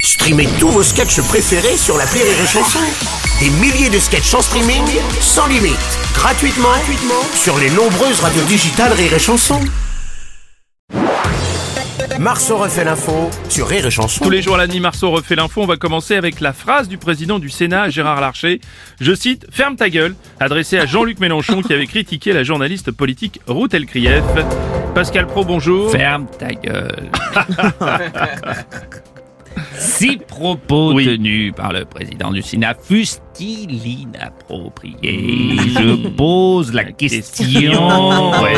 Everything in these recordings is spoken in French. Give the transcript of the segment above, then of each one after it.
Streamez tous vos sketchs préférés sur la Rire et Chanson. Des milliers de sketchs en streaming, sans limite, gratuitement, gratuitement sur les nombreuses radios digitales Rire et Chanson. Marceau refait l'info sur Rire et Chanson. Tous les jours à la nuit, Marceau refait l'info. On va commencer avec la phrase du président du Sénat, Gérard Larcher. Je cite Ferme ta gueule, adressée à Jean-Luc Mélenchon qui avait critiqué la journaliste politique Ruth Elkrief. Pascal Pro, bonjour. Ferme ta gueule. Six propos Oui. tenus par le président du Sénat fussent-ils inappropriés Je pose la question. Ouais.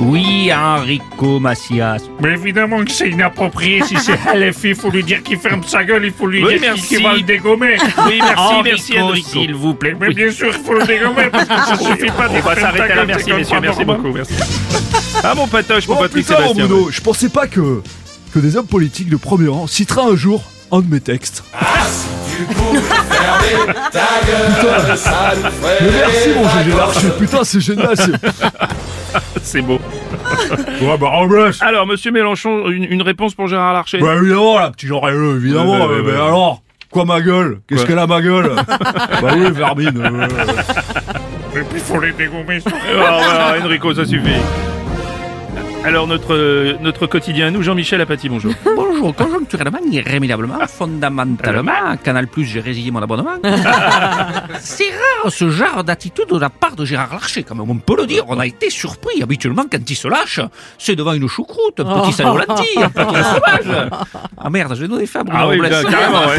Oui, Enrico Macias. Mais évidemment que c'est inapproprié. Si c'est LFI, il faut lui dire qu'il ferme sa gueule, il faut lui Oui, dire qu'il- qu'il merci. va le dégommer. Oui, merci, merci Enrico, Enrico. s'il vous plaît. Mais bien sûr, il faut le dégommer parce que ça suffit pas On va s'arrêter là, merci messieurs, merci beaucoup. Merci. Ah mon patoche, mon Oh Patrick putain, Sébastien. Romano, je pensais pas que, que des hommes politiques de premier rang citeraient un jour un de mes textes. Mais merci mon GG Larcher, putain c'est génial, c'est- C'est beau. Ouais, bah, en blesse. Alors, monsieur Mélenchon, une, une réponse pour Gérard Larcher Bah évidemment là, petit genre haineux, évidemment, Ouais, ouais, mais, ouais, mais ouais. alors Quoi ma gueule Qu'est-ce Quoi qu'elle a ma gueule Bah oui, Vermine. euh, Et puis, il faut les dégommer. Oh, voilà, Enrico, ça suffit. Alors, notre, euh, notre quotidien à nous, Jean-Michel Apathy, bonjour. Bonjour, conjoncturellement, irrémédiablement, fondamentalement, à Canal Plus, j'ai résilié mon abonnement. C'est rare ce genre d'attitude de la part de Gérard Larcher, quand même, on peut le dire. On a été surpris. Habituellement, quand il se lâche, c'est devant une choucroute, un petit salé au lentilles, un petit fromage. Ah merde, je vais donner faim, Bruno Ah oui, Robles. bien, carrément, ouais.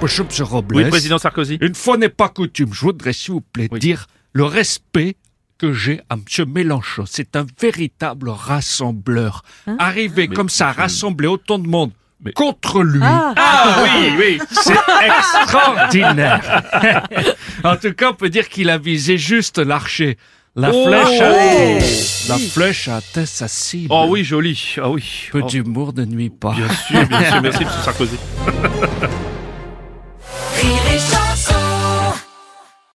Bonjour, monsieur Robles. Oui, président Sarkozy. Une fois n'est pas coutume, je voudrais s'il vous plaît Oui. dire le respect que j'ai à M. Mélenchon. C'est un véritable rassembleur. Arriver comme ça à rassembler autant de monde contre lui, Ah oui, oui. c'est extraordinaire. en tout cas, on peut dire qu'il a visé juste l'archer. La Oh, flèche a... La flèche a atteint sa cible. Oh oui, Oh, joli. Ah oui. Peu Oh, d'humour ne nuit pas. Bien sûr, bien sûr. Merci, monsieur Sarkozy.